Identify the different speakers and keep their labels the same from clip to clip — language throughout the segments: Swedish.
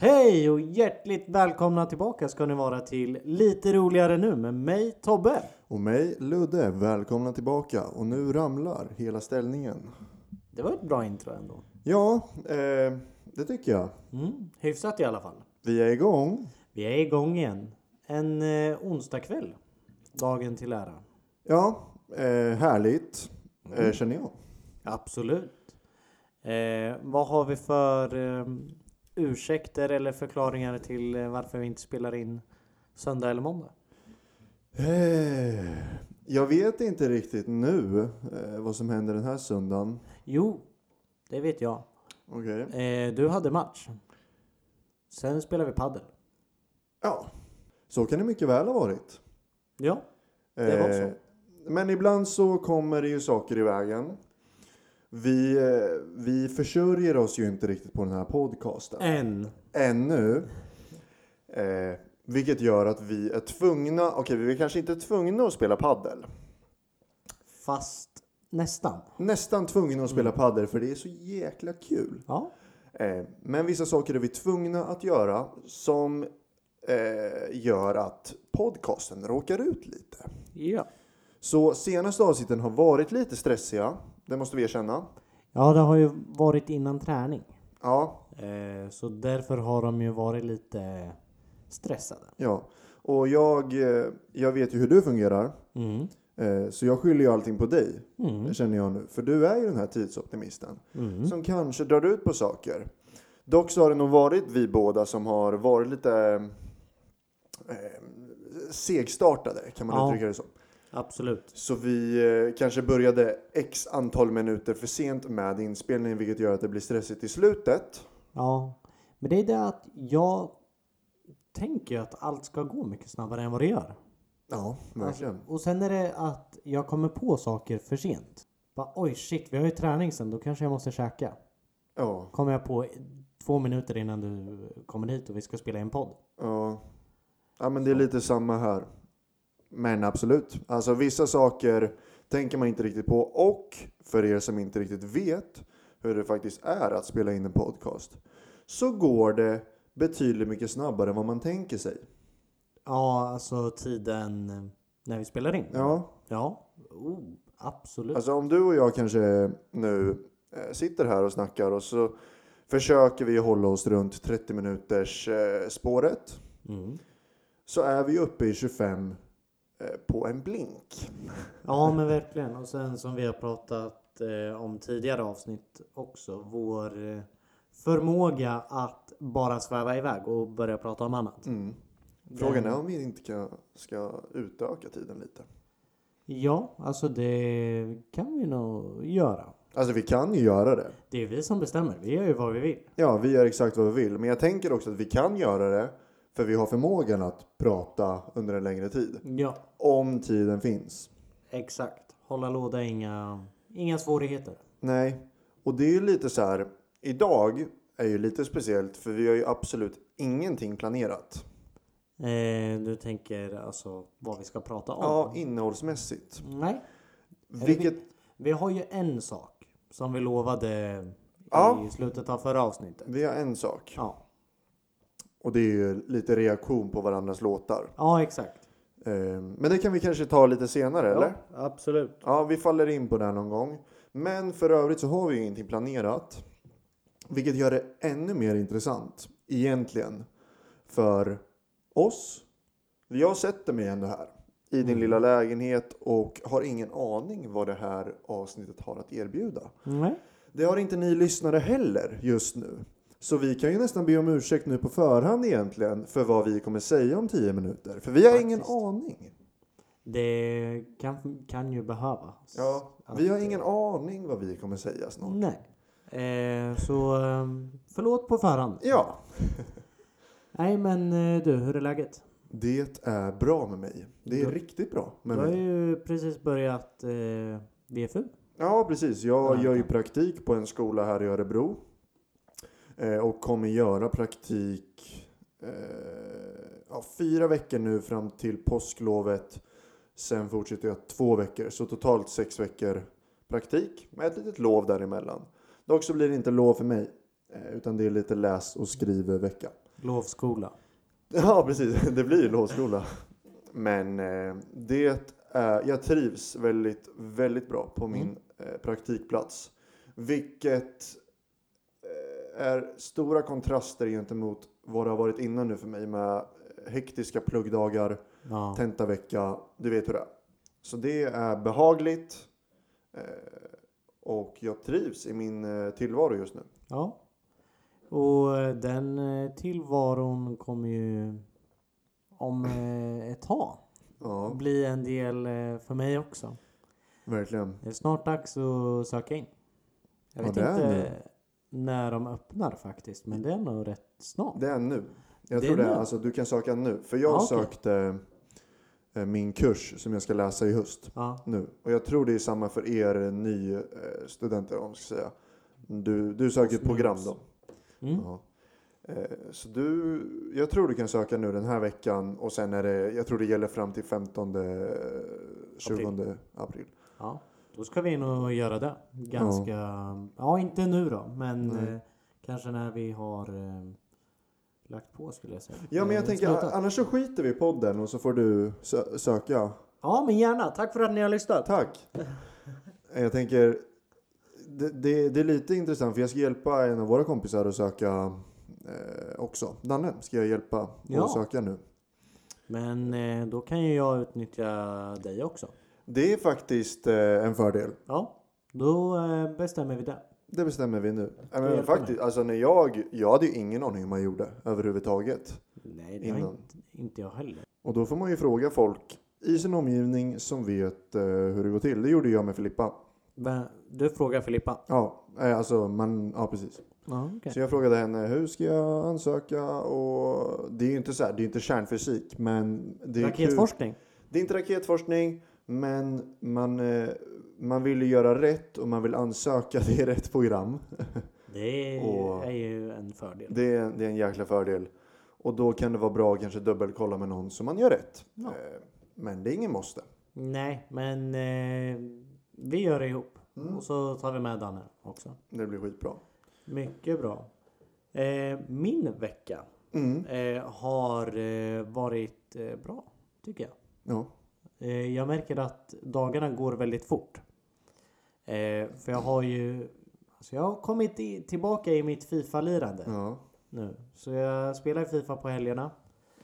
Speaker 1: Hej och hjärtligt välkomna tillbaka ska ni vara till Lite roligare nu med mig Tobbe.
Speaker 2: Och mig, Ludde, välkomna tillbaka. Och nu ramlar hela ställningen.
Speaker 1: Det var ett bra intro ändå.
Speaker 2: Ja, eh, det tycker jag.
Speaker 1: Mm, hyfsat i alla fall.
Speaker 2: Vi är igång.
Speaker 1: Vi är igång igen. En eh, onsdagkväll. Dagen till ära.
Speaker 2: Ja, eh, härligt.
Speaker 1: Mm.
Speaker 2: Eh, känner jag.
Speaker 1: Absolut. Eh, vad har vi för eh, ursäkter eller förklaringar till eh, varför vi inte spelar in söndag eller måndag?
Speaker 2: Eh, jag vet inte riktigt nu eh, vad som händer den här söndagen.
Speaker 1: Jo, det vet jag.
Speaker 2: Okej.
Speaker 1: Eh, du hade match. Sen spelar vi padel.
Speaker 2: Ja, så kan det mycket väl ha varit. Eh,
Speaker 1: Ja. Det var så.
Speaker 2: men ibland så kommer det ju saker i vägen. Vi, eh, vi försörjer oss ju inte riktigt på den här podcasten.
Speaker 1: En.
Speaker 2: ännu. Eh, vilket gör att vi är tvungna, okej vi är kanske inte tvungna att spela paddel.
Speaker 1: Fast nästan.
Speaker 2: Nästan tvungna att spela paddel för det är så jäkla kul.
Speaker 1: Ja.
Speaker 2: Eh, men vissa saker är vi tvungna att göra som eh, gör att podcasten råkar ut lite.
Speaker 1: Ja.
Speaker 2: Så senaste avsnitten har varit lite stressiga, det måste vi erkänna.
Speaker 1: Ja, det har ju varit innan träning.
Speaker 2: Ja,
Speaker 1: Eh, så därför har de ju varit lite stressade.
Speaker 2: ja. Och jag, eh, jag vet ju hur du fungerar.
Speaker 1: Mm.
Speaker 2: Eh, Så jag skyller ju allting på dig,
Speaker 1: Mm.
Speaker 2: känner jag nu. För du är ju den här tidsoptimisten
Speaker 1: Mm.
Speaker 2: som kanske drar ut på saker. Dock så har det nog varit vi båda som har varit lite eh, segstartade, kan man
Speaker 1: Ja.
Speaker 2: uttrycka det som.
Speaker 1: Absolut.
Speaker 2: Så vi eh, kanske började x antal minuter för sent med inspelningen, vilket gör att det blir stressigt i slutet.
Speaker 1: Ja. Men det är det att jag tänker ju att allt ska gå mycket snabbare än vad det gör.
Speaker 2: Ja, verkligen.
Speaker 1: Och sen är det att jag kommer på saker för sent. Bara, Oj shit, vi har ju träning sen, då kanske jag måste käka.
Speaker 2: Ja,
Speaker 1: Kommer jag på två minuter innan du kommer hit och vi ska spela en podd.
Speaker 2: ja. ja, men det är lite samma här. Men absolut, alltså vissa saker tänker man inte riktigt på. Och för er som inte riktigt vet hur det faktiskt är att spela in en podcast så går det betydligt mycket snabbare än vad man tänker sig.
Speaker 1: Ja, alltså tiden när vi spelar in.
Speaker 2: Ja,
Speaker 1: Ja, oh, absolut.
Speaker 2: alltså om du och jag kanske nu eh, sitter här och snackar och så försöker vi hålla oss runt 30 minuters eh, spåret
Speaker 1: Mm.
Speaker 2: så är vi uppe i 25 eh, på en blink.
Speaker 1: Ja, men verkligen. Och sen som vi har pratat eh, om tidigare avsnitt också. Vår eh, förmåga att bara sväva iväg och börja prata om annat.
Speaker 2: Mm. Frågan
Speaker 1: Den-
Speaker 2: är om vi inte ska, ska utöka tiden lite.
Speaker 1: Ja, alltså det kan vi nog göra.
Speaker 2: Alltså vi kan ju göra det.
Speaker 1: Det är vi som bestämmer. Vi gör ju vad vi vill.
Speaker 2: Ja, vi gör exakt vad vi vill. Men jag tänker också att vi kan göra det för vi har förmågan att prata under en längre tid.
Speaker 1: Ja,
Speaker 2: Om tiden finns.
Speaker 1: exakt. Hålla låda, inga, inga svårigheter.
Speaker 2: Nej, och det är ju lite så här. Idag är ju lite speciellt för vi har ju absolut ingenting planerat.
Speaker 1: Eh, du tänker alltså vad vi ska prata om?
Speaker 2: Ja, innehållsmässigt.
Speaker 1: Nej.
Speaker 2: Vilket,
Speaker 1: Vi har ju en sak som vi lovade
Speaker 2: Ja.
Speaker 1: i slutet av förra avsnittet.
Speaker 2: vi har en sak.
Speaker 1: Ja,
Speaker 2: Och det är ju lite reaktion på varandras låtar.
Speaker 1: ja exakt.
Speaker 2: Eh, Men det kan vi kanske ta lite senare, eller?
Speaker 1: Ja, absolut.
Speaker 2: Ja, vi faller in på det här någon gång. Men för övrigt så har vi ju ingenting planerat. Vilket gör det ännu mer intressant egentligen. För oss. Jag sätter mig igen det här. I din lilla lägenhet och har ingen aning vad det här avsnittet har att erbjuda.
Speaker 1: Nej.
Speaker 2: Det har inte ni lyssnare heller just nu. Så vi kan ju nästan be om ursäkt nu på förhand egentligen för vad vi kommer säga om 10 minuter. För vi har ingen
Speaker 1: Faktiskt.
Speaker 2: aning.
Speaker 1: Det kan, kan ju behövas.
Speaker 2: Ja,
Speaker 1: Att-
Speaker 2: vi har ingen aning vad vi kommer säga snart.
Speaker 1: Nej. Eh, så eh, förlåt på förhand.
Speaker 2: Ja,
Speaker 1: Nej men eh, du, hur är läget?
Speaker 2: det är bra med mig. Det är
Speaker 1: Ja.
Speaker 2: riktigt bra med
Speaker 1: Du har
Speaker 2: mig.
Speaker 1: ju precis börjat eh, VFU.
Speaker 2: Ja, precis. Jag
Speaker 1: Ja,
Speaker 2: gör ju
Speaker 1: tack.
Speaker 2: praktik på en skola här i Örebro. Eh, och kommer göra praktik eh, ja, fyra veckor nu fram till påsklovet. Sen fortsätter jag två veckor, så totalt sex veckor praktik med ett litet lov däremellan. Dock så blir det inte lov för mig, eh, utan det är lite läs och skrivvecka.
Speaker 1: Lovskola.
Speaker 2: Ja, precis. Det blir lovskola. Men eh, det är, jag trivs väldigt, väldigt bra på min eh, praktikplats. Vilket eh, är stora kontraster gentemot vad det har varit innan nu för mig med hektiska pluggdagar,
Speaker 1: Ja.
Speaker 2: tentavecka, du vet hur det är. Så det är behagligt eh, och jag trivs i min eh, tillvaro just nu.
Speaker 1: ja. Och eh, den eh, tillvaron kommer ju om eh, ett tag
Speaker 2: Ja,
Speaker 1: bli en del eh, för mig också.
Speaker 2: verkligen.
Speaker 1: Det är snart dags att söka in. Jag
Speaker 2: Ja,
Speaker 1: vet
Speaker 2: det är
Speaker 1: inte när de öppnar faktiskt, men det är nog rätt snart.
Speaker 2: Det är nu. Jag
Speaker 1: Det
Speaker 2: tror
Speaker 1: är
Speaker 2: det. Är,
Speaker 1: nu.
Speaker 2: alltså, du kan söka nu. För jag
Speaker 1: Ja, okej.
Speaker 2: sökte eh, min kurs som jag ska läsa i höst
Speaker 1: Ja,
Speaker 2: nu. Och jag tror det är samma för er eh, nystudenter om man ska säga. Du, du söker ett
Speaker 1: Snus.
Speaker 2: program då.
Speaker 1: Mm.
Speaker 2: Ja. Eh, Så du, jag tror du kan söka nu den här veckan och sen är det, jag tror det gäller fram till 15, eh, 20 april.
Speaker 1: ja. Då ska vi nog göra det. Ganska... Ja, inte nu då, men
Speaker 2: Nej.
Speaker 1: eh, kanske när vi har eh, lagt på skulle jag säga.
Speaker 2: Ja men jag
Speaker 1: Eh,
Speaker 2: tänker,
Speaker 1: slutat.
Speaker 2: annars så skiter vi i podden och så får du sö- söka.
Speaker 1: Ja, men gärna. Tack för att ni har lyssnat.
Speaker 2: Tack. Jag tänker, det, det, det är lite intressant för jag ska hjälpa en av våra kompisar att söka eh, också. Danne ska jag hjälpa att
Speaker 1: Ja.
Speaker 2: söka nu.
Speaker 1: Men eh, då kan ju jag utnyttja dig också.
Speaker 2: Det är faktiskt eh, en fördel.
Speaker 1: Ja, då eh, bestämmer vi det.
Speaker 2: Det bestämmer vi nu. Nej,
Speaker 1: hjälpa
Speaker 2: Men faktiskt, alltså när jag, jag hade ju ingen aning hur man gjorde överhuvudtaget.
Speaker 1: Nej, det har
Speaker 2: Innan.
Speaker 1: inte, inte jag heller.
Speaker 2: Och då får man ju fråga folk i sin omgivning som vet eh, hur det går till. Det gjorde jag med Filippa.
Speaker 1: Men, du frågar Filippa.
Speaker 2: Ja, eh, alltså man, ja precis.
Speaker 1: Ja, okej.
Speaker 2: Så jag frågade henne, hur ska jag ansöka? Och det är ju inte så här, det är ju inte kärnfysik, men det är kul.
Speaker 1: Raketforskning.
Speaker 2: Det är inte raketforskning, men man, eh, man vill ju göra rätt och man vill ansöka till rätt program.
Speaker 1: Det
Speaker 2: Och-
Speaker 1: är ju en fördel.
Speaker 2: Det är, det är en jäkla fördel. Och då kan det vara bra att kanske dubbelkolla med någon så man gör rätt.
Speaker 1: Ja.
Speaker 2: Eh, Men det är ingen måste.
Speaker 1: Nej, men eh, vi gör det ihop.
Speaker 2: Mm.
Speaker 1: Och så tar vi med Danne också.
Speaker 2: Det blir skitbra.
Speaker 1: Mycket bra. Eh, min vecka
Speaker 2: Mm.
Speaker 1: eh, har eh, varit eh, bra, tycker jag.
Speaker 2: Ja.
Speaker 1: Eh, jag märker att dagarna går väldigt fort. Eh, för jag har ju... Alltså jag har kommit i, tillbaka i mitt Fifa-lirande
Speaker 2: ja.
Speaker 1: nu. Så jag spelar Fifa på helgerna.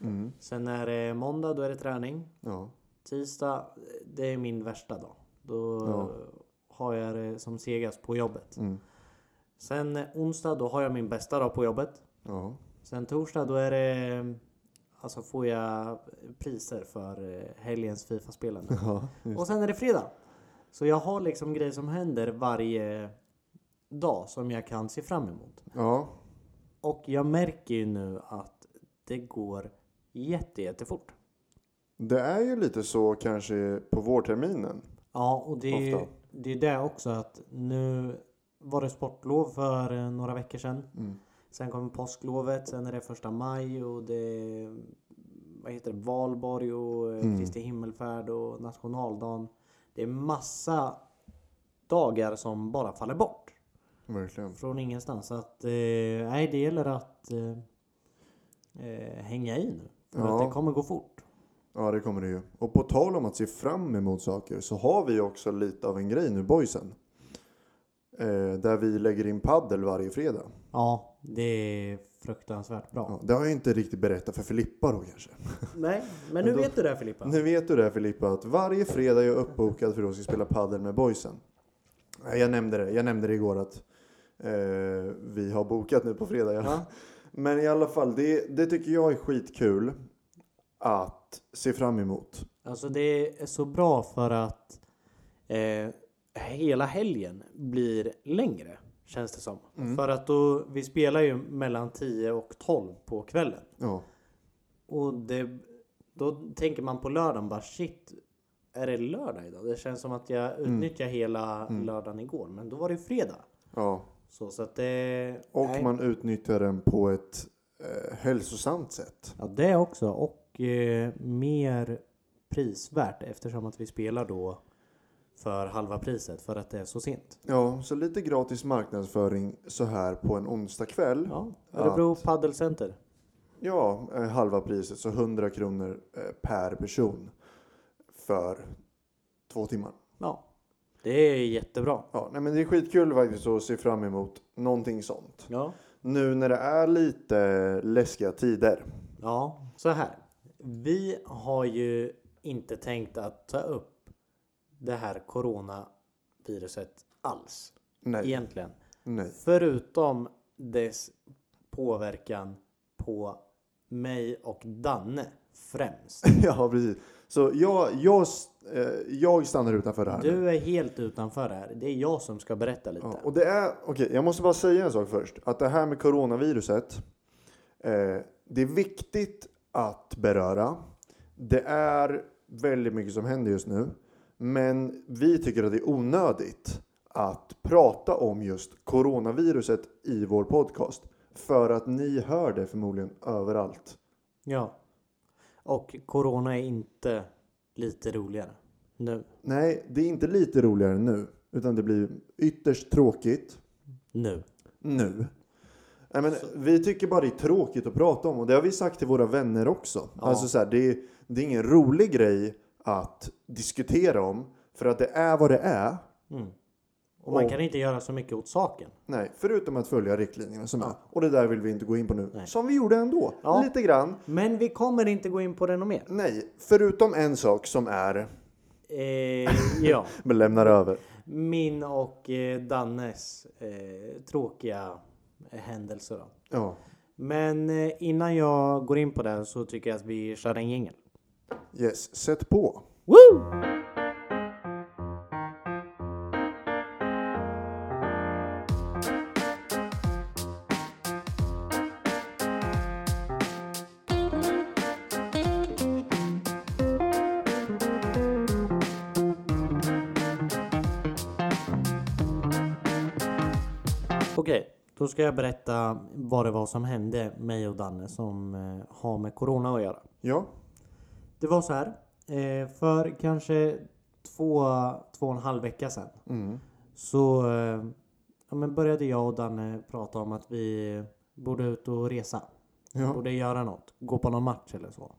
Speaker 2: Mm.
Speaker 1: Sen är det måndag, då är det träning.
Speaker 2: ja.
Speaker 1: Tisdag, det är min värsta dag. Då
Speaker 2: Ja.
Speaker 1: har jag det som segast på jobbet.
Speaker 2: Mm.
Speaker 1: Sen eh, onsdag, då har jag min bästa dag på jobbet.
Speaker 2: ja.
Speaker 1: Sen torsdag, då är det... Alltså får jag priser för eh, helgens Fifa-spelande.
Speaker 2: Ja.
Speaker 1: Och sen är det fredag. Så jag har liksom grejer som händer varje dag som jag kan se fram emot.
Speaker 2: Ja.
Speaker 1: Och jag märker ju nu att det går jätte, jättefort.
Speaker 2: Det är ju lite så kanske på vårterminen.
Speaker 1: Ja, och det är, ju,
Speaker 2: Ofta.
Speaker 1: det är det också att nu var det sportlov för eh, några veckor sedan.
Speaker 2: Mm.
Speaker 1: Sen kommer påsklovet, sen är det första maj och det är vad heter det, valborg och eh,
Speaker 2: Mm.
Speaker 1: Kristi himmelfärd och nationaldagen. Det är massa dagar som bara faller bort.
Speaker 2: Verkligen.
Speaker 1: Från ingenstans. Så att, eh, nej, det gäller att eh, eh, hänga i nu. För
Speaker 2: Ja.
Speaker 1: att det kommer gå fort.
Speaker 2: Ja, det kommer det ju. Och på tal om att se fram emot saker så har vi också lite av en grej nu, boysen. Eh, där vi lägger in paddel varje fredag.
Speaker 1: Ja, det är fruktansvärt bra.
Speaker 2: Ja, det har jag inte riktigt berättat för Filippa då kanske.
Speaker 1: Nej, men nu
Speaker 2: då-
Speaker 1: vet du det här, Filippa.
Speaker 2: Nu vet du det här, Filippa, att varje fredag är jag uppbokad för att jag ska spela paddel med boysen. Nej, Jag nämnde det, jag nämnde det igår att eh, vi har bokat nu på fredag. Ja.
Speaker 1: Ja.
Speaker 2: Men i alla fall, det, det tycker jag är skitkul att se fram emot.
Speaker 1: Alltså det är så bra för att eh, hela helgen blir längre känns det som. För att då, vi spelar ju mellan 10 och 12 på kvällen.
Speaker 2: Ja,
Speaker 1: Och det, då tänker man på lördagen bara shit, är det lördag idag? Det känns som att jag utnyttjar hela lördagen igår. Men då var det ju fredag.
Speaker 2: ja.
Speaker 1: Så, så att det...
Speaker 2: Och
Speaker 1: nej.
Speaker 2: man utnyttjar den på ett eh, hälsosamt sätt.
Speaker 1: Ja det också. Och eh, mer prisvärt eftersom att vi spelar då för halva priset för att det är så sent.
Speaker 2: Ja, så lite gratis marknadsföring så här på en onsdag kväll.
Speaker 1: Ja, Örebro Paddelcenter.
Speaker 2: Ja, eh, halva priset. Så 100 kronor eh, per person för två timmar.
Speaker 1: Ja, det är jättebra.
Speaker 2: Ja, nej, men det är skitkul faktiskt att se fram emot någonting sånt.
Speaker 1: Ja,
Speaker 2: Nu när det är lite läskiga tider.
Speaker 1: ja så här. Vi har ju inte tänkt att ta upp det här coronaviruset alls
Speaker 2: Nej,
Speaker 1: egentligen.
Speaker 2: nej.
Speaker 1: Förutom dess påverkan på mig och Danne främst.
Speaker 2: ja, precis. Så jag, jag, s- eh, jag stannar utanför det här. nu.
Speaker 1: Du är helt utanför här. Det är jag som ska berätta lite.
Speaker 2: Ja, och det är, okej, jag måste bara säga en sak först. Att det här med coronaviruset. Eh, det är viktigt att beröra. Det är väldigt mycket som händer just nu. Men vi tycker att det är onödigt att prata om just coronaviruset i vår podcast. För att ni hör det förmodligen överallt.
Speaker 1: Ja. Och corona är inte lite roligare nu.
Speaker 2: Nej, det är inte lite roligare nu. Utan det blir ytterst tråkigt.
Speaker 1: Nu.
Speaker 2: nu. Nej, men vi tycker bara det är tråkigt att prata om och det har vi sagt till våra vänner också.
Speaker 1: Ja.
Speaker 2: Alltså så här, det, är, det är ingen rolig grej att diskutera om för att det är vad det är.
Speaker 1: Mm. Och man
Speaker 2: Och-
Speaker 1: kan inte göra så mycket åt saken.
Speaker 2: Nej, förutom att följa riktlinjerna som
Speaker 1: Ja.
Speaker 2: är. Och det där vill vi inte gå in på nu.
Speaker 1: Nej.
Speaker 2: Som vi gjorde ändå,
Speaker 1: Ja.
Speaker 2: lite grann.
Speaker 1: Men vi kommer inte gå in på det något mer.
Speaker 2: Nej, förutom en sak som är,
Speaker 1: Eh, ja,
Speaker 2: men lämnar över.
Speaker 1: min och eh, Dannes eh, tråkiga eh, händelser. Då.
Speaker 2: Ja,
Speaker 1: Men eh, innan jag går in på det här så tycker jag att vi kör en jingel.
Speaker 2: yes, sätt på.
Speaker 1: Woo! Okej, då ska jag berätta vad det var som hände mig och Danne som eh, har med corona att göra.
Speaker 2: Ja,
Speaker 1: Det var så här. Eh, för kanske två, två och en halv vecka sedan
Speaker 2: mm.
Speaker 1: så eh, ja, men började jag och Danne prata om att vi borde ut och resa.
Speaker 2: ja.
Speaker 1: Borde göra något. Gå på någon match eller så.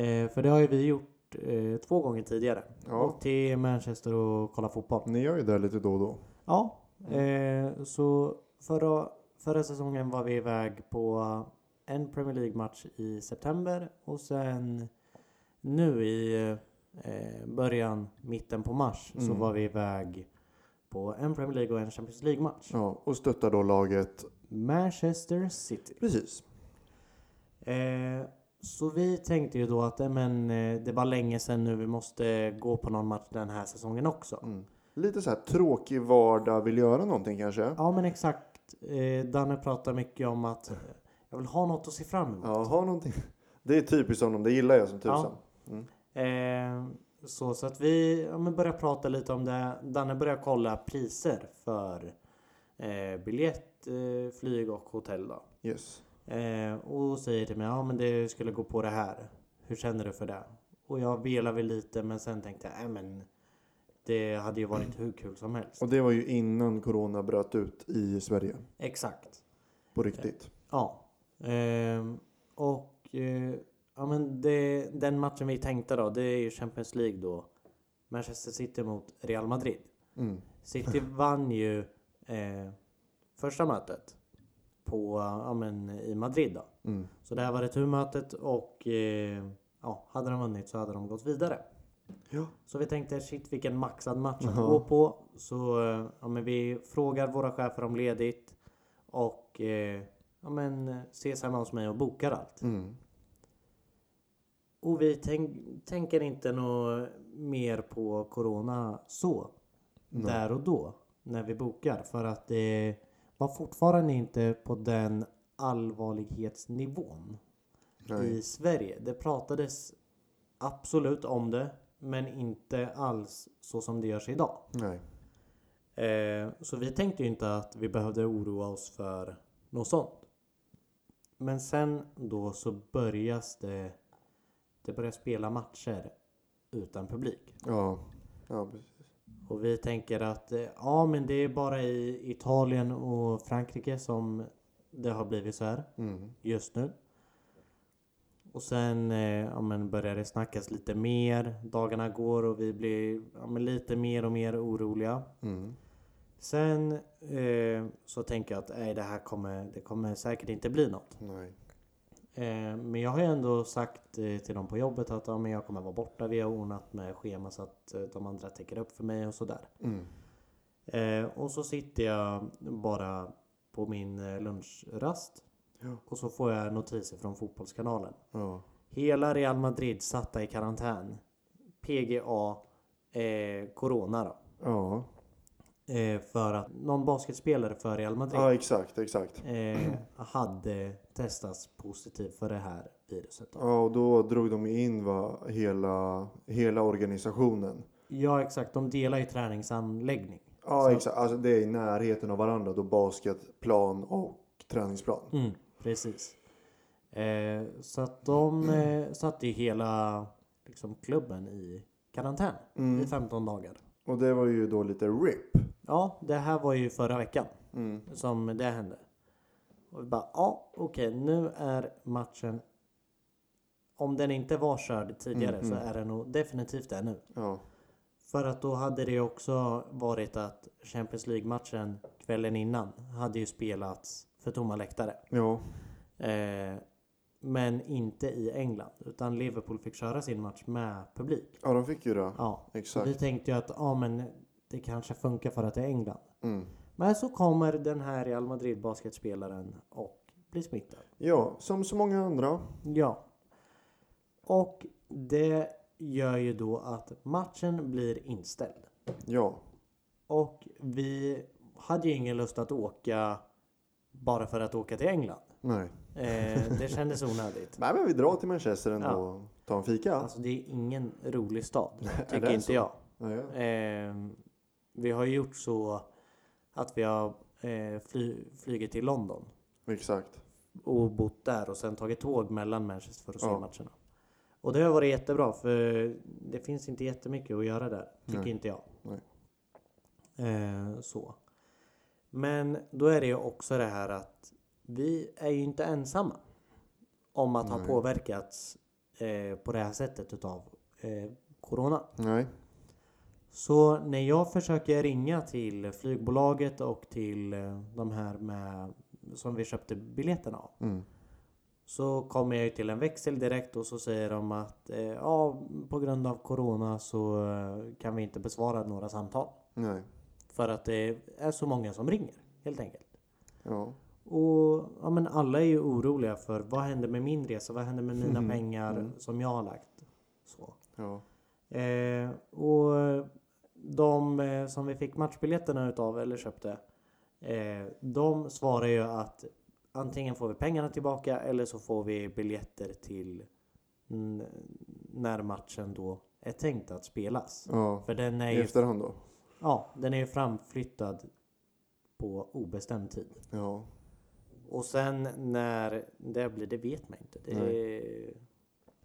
Speaker 1: Eh, för det har ju vi gjort eh, två gånger tidigare.
Speaker 2: Ja.
Speaker 1: Åkt till Manchester och kolla fotboll.
Speaker 2: ni gör ju det lite då och då.
Speaker 1: Ja, eh, så förra, förra säsongen var vi iväg på en Premier League-match i september och sen nu i eh, början, mitten på mars så
Speaker 2: Mm.
Speaker 1: var vi iväg på en Premier League och en Champions League-match.
Speaker 2: Ja, och stöttar då laget.
Speaker 1: Manchester City.
Speaker 2: Precis.
Speaker 1: Eh, så vi tänkte ju då att eh, men, eh, det var länge sedan nu, vi måste gå på någon match den här säsongen också.
Speaker 2: Mm. Lite så här tråkig vardag, vill göra någonting kanske?
Speaker 1: Ja men exakt. Eh, Danne pratar mycket om att eh, jag vill ha något att se fram emot.
Speaker 2: Ja, ha någonting. Det är typiskt honom, det gillar jag som tusan.
Speaker 1: Ja. Eh, så, så att vi ja, men börjar prata lite om det. Danne börjar kolla priser för eh, biljett, eh, flyg och hotell. Då.
Speaker 2: Yes.
Speaker 1: Eh, och säger till mig ja men det skulle gå på det här. Hur känner du för det? Och jag velar väl lite men sen tänkte jag äh, men det hade ju varit hur kul som helst.
Speaker 2: Och det var ju innan corona bröt ut i Sverige
Speaker 1: Exakt.
Speaker 2: på riktigt.
Speaker 1: Ja. Ehm, och eh, ja, men det, den matchen vi tänkte då, det är ju Champions League då. Manchester City mot Real Madrid.
Speaker 2: Mm.
Speaker 1: City vann ju eh, första mötet på, ja, men, i Madrid då.
Speaker 2: Mm.
Speaker 1: Så det här var returmötet och eh, ja, hade de vunnit så hade de gått vidare.
Speaker 2: Ja.
Speaker 1: Så vi tänkte shit vilken maxad match att
Speaker 2: Ja.
Speaker 1: gå på. Så eh, ja, men vi frågar våra chefer om ledigt. Och eh, ja, men, eh, ses hemma hos mig och bokar allt.
Speaker 2: Mm.
Speaker 1: Och vi tänk, tänker inte något mer på Corona så. Där och då. När vi bokar. För att det var fortfarande inte på den allvarlighetsnivån
Speaker 2: Nej.
Speaker 1: i Sverige. Det pratades absolut om det. Men inte alls så som det görs idag.
Speaker 2: Nej.
Speaker 1: Eh, så vi tänkte ju inte att vi behövde oroa oss för något sånt. Men sen då så börjas det, det börjar spela matcher utan publik.
Speaker 2: Ja. ja. precis.
Speaker 1: Och vi tänker att eh, ja men det är bara i Italien och Frankrike som det har blivit så här
Speaker 2: Mm.
Speaker 1: just nu. Och sen eh, ja, men börjar det snackas lite mer. Dagarna går och vi blir ja, men lite mer och mer oroliga.
Speaker 2: Mm.
Speaker 1: Sen eh, så tänker jag att nej, det här kommer, det kommer säkert inte bli något.
Speaker 2: Nej.
Speaker 1: Eh, men jag har ju ändå sagt eh, till dem på jobbet att ja, men jag kommer vara borta. Vi har ordnat med schema så att eh, de andra täcker upp för mig och sådär.
Speaker 2: Mm.
Speaker 1: Eh, och så sitter jag bara på min eh, lunchrast.
Speaker 2: Ja.
Speaker 1: Och så får jag notiser från Fotbollskanalen.
Speaker 2: Ja.
Speaker 1: Hela Real Madrid satta i karantän. PGA eh, Corona då.
Speaker 2: Ja.
Speaker 1: Eh, för att någon basketspelare för Real Madrid
Speaker 2: ja, exakt, exakt.
Speaker 1: eh, hade testats positiv för det här viruset. Då.
Speaker 2: Ja, och då drog de in va, hela, hela organisationen.
Speaker 1: Ja exakt, de delar ju träningsanläggning.
Speaker 2: Ja, exakt. Alltså, det är i närheten av varandra. Då basketplan och träningsplan.
Speaker 1: Mm, precis. Eh, så att de eh, satte ju hela liksom, klubben i karantän
Speaker 2: Mm.
Speaker 1: i 15 dagar.
Speaker 2: Och det var ju då lite RIP.
Speaker 1: Ja, det här var ju förra veckan.
Speaker 2: Mm.
Speaker 1: som det hände. Och vi bara, ja okej nu är matchen om den inte var körd tidigare så är den nog definitivt det nu.
Speaker 2: Ja.
Speaker 1: För att då hade det också varit att Champions League-matchen kvällen innan hade ju spelats för tomma läktare.
Speaker 2: Ja.
Speaker 1: Eh, men inte i England. Utan Liverpool fick köra sin match med publik.
Speaker 2: ja, de fick ju det.
Speaker 1: Ja, så
Speaker 2: Exakt.
Speaker 1: vi tänkte ju att ja, men det kanske funkar för att det är England.
Speaker 2: Mm.
Speaker 1: Men så kommer den här Real Madrid basketspelaren och blir smittad.
Speaker 2: Ja, som så många andra.
Speaker 1: Ja. Och det gör ju då att matchen blir inställd.
Speaker 2: Ja.
Speaker 1: Och vi hade ju ingen lust att åka bara för att åka till England.
Speaker 2: Nej.
Speaker 1: Eh, det kändes onödigt.
Speaker 2: Nej, men vi drar till Manchester ändå
Speaker 1: Ja.
Speaker 2: och tar en fika.
Speaker 1: Alltså det är ingen rolig stad,
Speaker 2: det
Speaker 1: tycker
Speaker 2: är
Speaker 1: inte
Speaker 2: så?
Speaker 1: jag.
Speaker 2: Nej.
Speaker 1: Eh, vi har ju gjort så att vi har eh, fly, flugit till London.
Speaker 2: Exakt.
Speaker 1: och bott där och sen tagit tåg mellan Manchester för att se
Speaker 2: Ja.
Speaker 1: matcherna. Och det har varit jättebra för det finns inte jättemycket att göra där. Tycker
Speaker 2: Nej.
Speaker 1: inte jag.
Speaker 2: Nej.
Speaker 1: Eh, så. Men då är det ju också det här att vi är ju inte ensamma om att ha
Speaker 2: Nej.
Speaker 1: påverkats eh, på det här sättet utav eh, Corona.
Speaker 2: Nej.
Speaker 1: Så när jag försöker ringa till flygbolaget och till eh, de här med, som vi köpte biljetterna av.
Speaker 2: Mm.
Speaker 1: Så kommer jag ju till en växel direkt och så säger de att eh, ja, på grund av Corona så eh, kan vi inte besvara några samtal.
Speaker 2: Nej.
Speaker 1: För att det är så många som ringer helt enkelt.
Speaker 2: Ja.
Speaker 1: Och ja, men alla är ju oroliga för vad händer med min resa? Vad händer med mina pengar som jag har lagt? Så.
Speaker 2: Ja.
Speaker 1: Eh, och eh, de eh, som vi fick matchbiljetterna utav eller köpte. Eh, de svarar ju att antingen får vi pengarna tillbaka eller så får vi biljetter till n- när matchen då är tänkt att spelas.
Speaker 2: Ja.
Speaker 1: För den är
Speaker 2: I
Speaker 1: ju,
Speaker 2: efterhand då.
Speaker 1: ja, den är ju framflyttad på obestämd tid.
Speaker 2: Ja.
Speaker 1: Och sen när det blir, det vet man inte. Det är,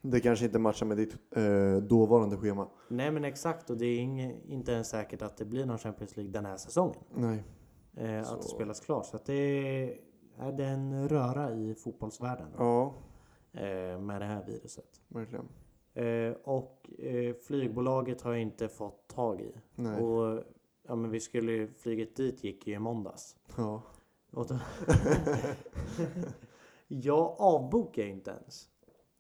Speaker 2: Det kanske inte matchar med ditt eh, dåvarande schema.
Speaker 1: nej men exakt och det är inge, inte ens säkert att det blir någon Champions League den här säsongen.
Speaker 2: Nej.
Speaker 1: Eh, att det
Speaker 2: Så-
Speaker 1: spelas klart. Så att det är, är det en röra i fotbollsvärlden
Speaker 2: Ja,
Speaker 1: eh, med det här viruset.
Speaker 2: verkligen.
Speaker 1: Eh, och eh, flygbolaget har jag inte fått tag i.
Speaker 2: Nej.
Speaker 1: Och ja, men vi skulle ju, flyget dit gick ju i måndags.
Speaker 2: Ja.
Speaker 1: Och då, jag avbokade inte ens.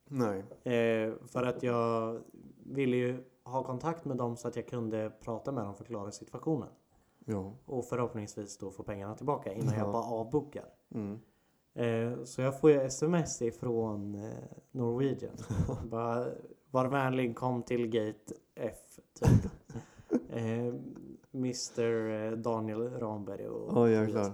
Speaker 2: Nej.
Speaker 1: Eh, för att jag ville ju ha kontakt med dem så att jag kunde prata med dem och förklara situationen.
Speaker 2: Ja.
Speaker 1: Och förhoppningsvis då få pengarna tillbaka innan jag
Speaker 2: Ja.
Speaker 1: bara avbokar.
Speaker 2: Mm.
Speaker 1: Eh, Så jag får ju sms ifrån eh, Norwegian. Bara, var vänlig kom till gate F. Typ. Eh, Mr eh, Daniel Ramberg och...
Speaker 2: Ja, jäklar.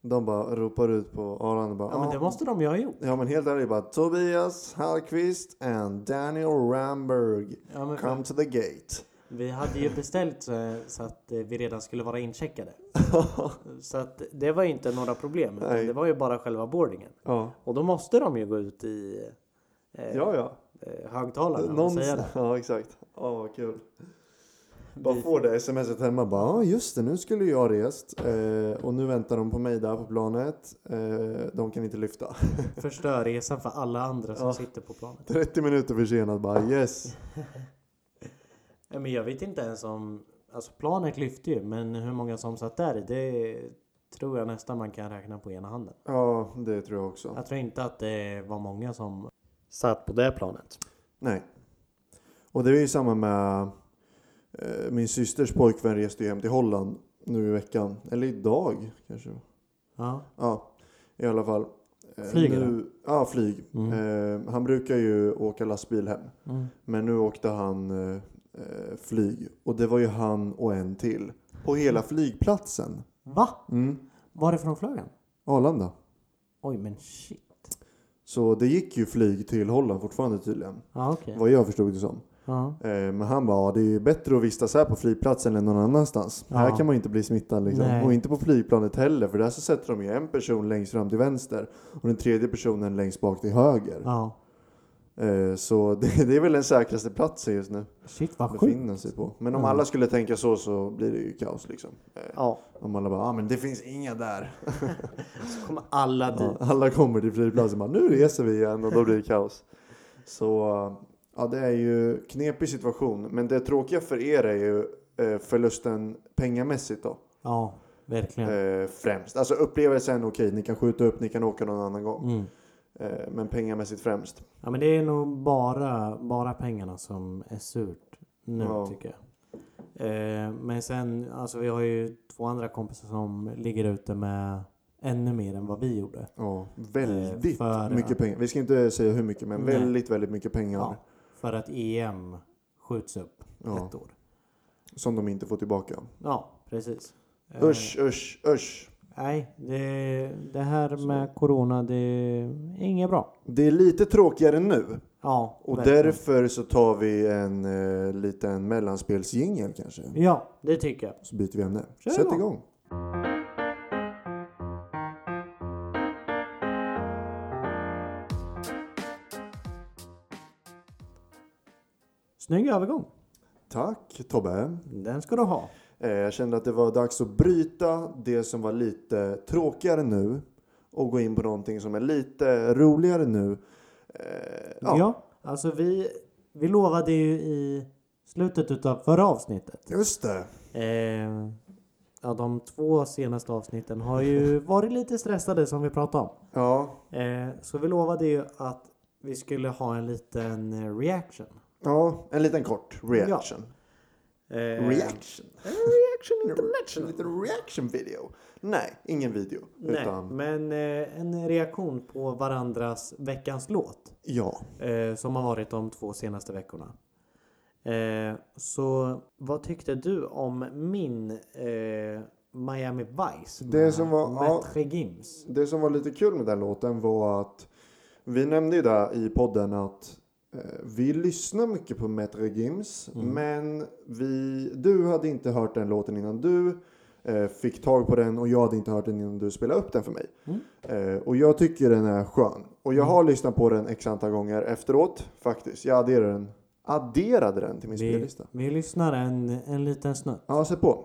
Speaker 2: De bara ropar ut på Arlanda bara. "Ah,
Speaker 1: Ja men det måste de ju ha gjort.
Speaker 2: ja, men helt ärligt bara Tobias Hallqvist and Daniel Ramberg
Speaker 1: Ja, men
Speaker 2: come
Speaker 1: för,
Speaker 2: to the gate.
Speaker 1: vi hade ju beställt så, så att eh, vi redan skulle vara incheckade. Så att det var inte några problem. utan
Speaker 2: Nej.
Speaker 1: Det var ju bara själva boardingen.
Speaker 2: Ja.
Speaker 1: Och då måste de ju gå ut i eh,
Speaker 2: Ja, ja.
Speaker 1: eh, högtalarna och
Speaker 2: Någon...
Speaker 1: säga det.
Speaker 2: Ja, exakt. Ja, vad kul. Bara får det smset hemma. Bara, ah, just det, nu skulle jag ha rest. Eh, och nu väntar de på mig där på planet. Eh, de kan inte lyfta.
Speaker 1: Förstör resan för alla andra som sitter på planet.
Speaker 2: 30 minuter försenad bara yes.
Speaker 1: Nej, Men jag vet inte ens om... Alltså planet lyfte ju, men hur många som satt där i, det tror jag nästan man kan räkna på ena handen.
Speaker 2: Ja, det tror jag också.
Speaker 1: Jag tror inte att det var många som satt på det planet.
Speaker 2: Nej. Och det är ju samma med eh, min systers pojkvän reste ju hem till Holland nu i veckan. Eller idag kanske.
Speaker 1: Ja.
Speaker 2: Ja, i alla fall. Eh,
Speaker 1: Flyger
Speaker 2: nu, Ja, flyg. Eh, han brukar ju åka lastbil hem.
Speaker 1: Mm.
Speaker 2: Men nu åkte han eh, eh, flyg. Och det var ju han och en till. På hela flygplatsen.
Speaker 1: Va?
Speaker 2: Mm.
Speaker 1: Varifrån flög han?
Speaker 2: Arlanda.
Speaker 1: Oj, men shit.
Speaker 2: Så det gick ju flyg till Holland fortfarande tydligen.
Speaker 1: Ja, okej.
Speaker 2: Vad jag förstod det som.
Speaker 1: Ja.
Speaker 2: Eh, Men han bara, "Ja, det är ju bättre att vistas här på flygplatsen än någon annanstans.
Speaker 1: Ja.
Speaker 2: Här kan man ju inte bli smittad liksom.
Speaker 1: Nej.
Speaker 2: Och inte på flygplanet heller, för där så sätter de ju en person längst fram till vänster och den tredje personen längst bak till höger.
Speaker 1: ja.
Speaker 2: Eh, Så det, det är väl den säkraste platsen just nu
Speaker 1: Shit, vad
Speaker 2: att
Speaker 1: sjukt.
Speaker 2: befinna sig på. Men om
Speaker 1: Mm.
Speaker 2: alla skulle tänka så så blir det ju kaos liksom. Eh,
Speaker 1: Ja.
Speaker 2: Om alla bara, ah, men det finns inga där.
Speaker 1: Så kommer alla
Speaker 2: Ja,
Speaker 1: dit.
Speaker 2: alla kommer till flygplatsen och bara nu reser vi igen och då blir det kaos. Så ja, det är ju knepig situation. Men det tråkiga för er är ju eh, förlusten pengamässigt då.
Speaker 1: Ja, verkligen.
Speaker 2: Eh, främst. Alltså upplevelsen, okej, ni kan skjuta upp, ni kan åka någon annan gång.
Speaker 1: Mm.
Speaker 2: Eh, men pengamässigt främst.
Speaker 1: Ja, men det är nog bara, bara pengarna som är surt nu
Speaker 2: Ja.
Speaker 1: tycker jag. Eh, men sen, alltså vi har ju två andra kompisar som ligger ute med ännu mer än vad vi gjorde.
Speaker 2: Ja, väldigt
Speaker 1: Eh, för-
Speaker 2: mycket pengar. Vi ska inte säga hur mycket, men
Speaker 1: Nej.
Speaker 2: väldigt, väldigt mycket pengar.
Speaker 1: Ja, för att EM skjuts upp
Speaker 2: Ja.
Speaker 1: ett år.
Speaker 2: Som de inte får tillbaka.
Speaker 1: Ja, precis. Eh,
Speaker 2: Usch, usch, usch.
Speaker 1: Nej, det, det här med corona, det är inget bra.
Speaker 2: Det är lite tråkigare nu.
Speaker 1: Ja,
Speaker 2: Och
Speaker 1: verkligen.
Speaker 2: därför så tar vi en eh, liten mellanspelsjingel kanske.
Speaker 1: Ja, det tycker jag.
Speaker 2: Så byter vi ämne.
Speaker 1: Kör
Speaker 2: Sätt
Speaker 1: igång.
Speaker 2: igång.
Speaker 1: Snygg övergång.
Speaker 2: Tack Tobbe.
Speaker 1: Den ska du ha.
Speaker 2: Eh, jag kände att det var dags att bryta det som var lite tråkigare nu och gå in på någonting som är lite roligare nu. Eh,
Speaker 1: Ja.
Speaker 2: ja.
Speaker 1: alltså vi, vi lovade ju i slutet av förra avsnittet.
Speaker 2: Just det.
Speaker 1: Eh, ja, de två senaste avsnitten har ju varit lite stressade som vi pratade om.
Speaker 2: Ja.
Speaker 1: Eh, så vi lovade ju att vi skulle ha en liten eh, reaction.
Speaker 2: ja, en liten kort reaction.
Speaker 1: Eh,
Speaker 2: Reaction.
Speaker 1: en reaction
Speaker 2: En
Speaker 1: international.
Speaker 2: liten reaction video. Nej, ingen video.
Speaker 1: Nej,
Speaker 2: Utan
Speaker 1: men eh, en reaktion på varandras veckans låt.
Speaker 2: ja.
Speaker 1: eh, som har varit de två senaste veckorna. Eh, så vad tyckte du om min eh, Miami Vice?
Speaker 2: Det
Speaker 1: med
Speaker 2: som var-
Speaker 1: Matt Regims.
Speaker 2: Det som var lite kul med den låten var att vi nämnde ju där i podden att eh, vi lyssnar mycket på Metre Gims men vi, du hade inte hört den låten innan du eh, fick tag på den och jag hade inte hört den innan du spelade upp den för mig. Eh, och jag tycker den är skön. Och jag har lyssnat på den x antal gånger efteråt faktiskt. Jag adderade den, adderade den till min
Speaker 1: Vi,
Speaker 2: spellista.
Speaker 1: vi lyssnar en, en liten snutt.
Speaker 2: Ja, sätt på.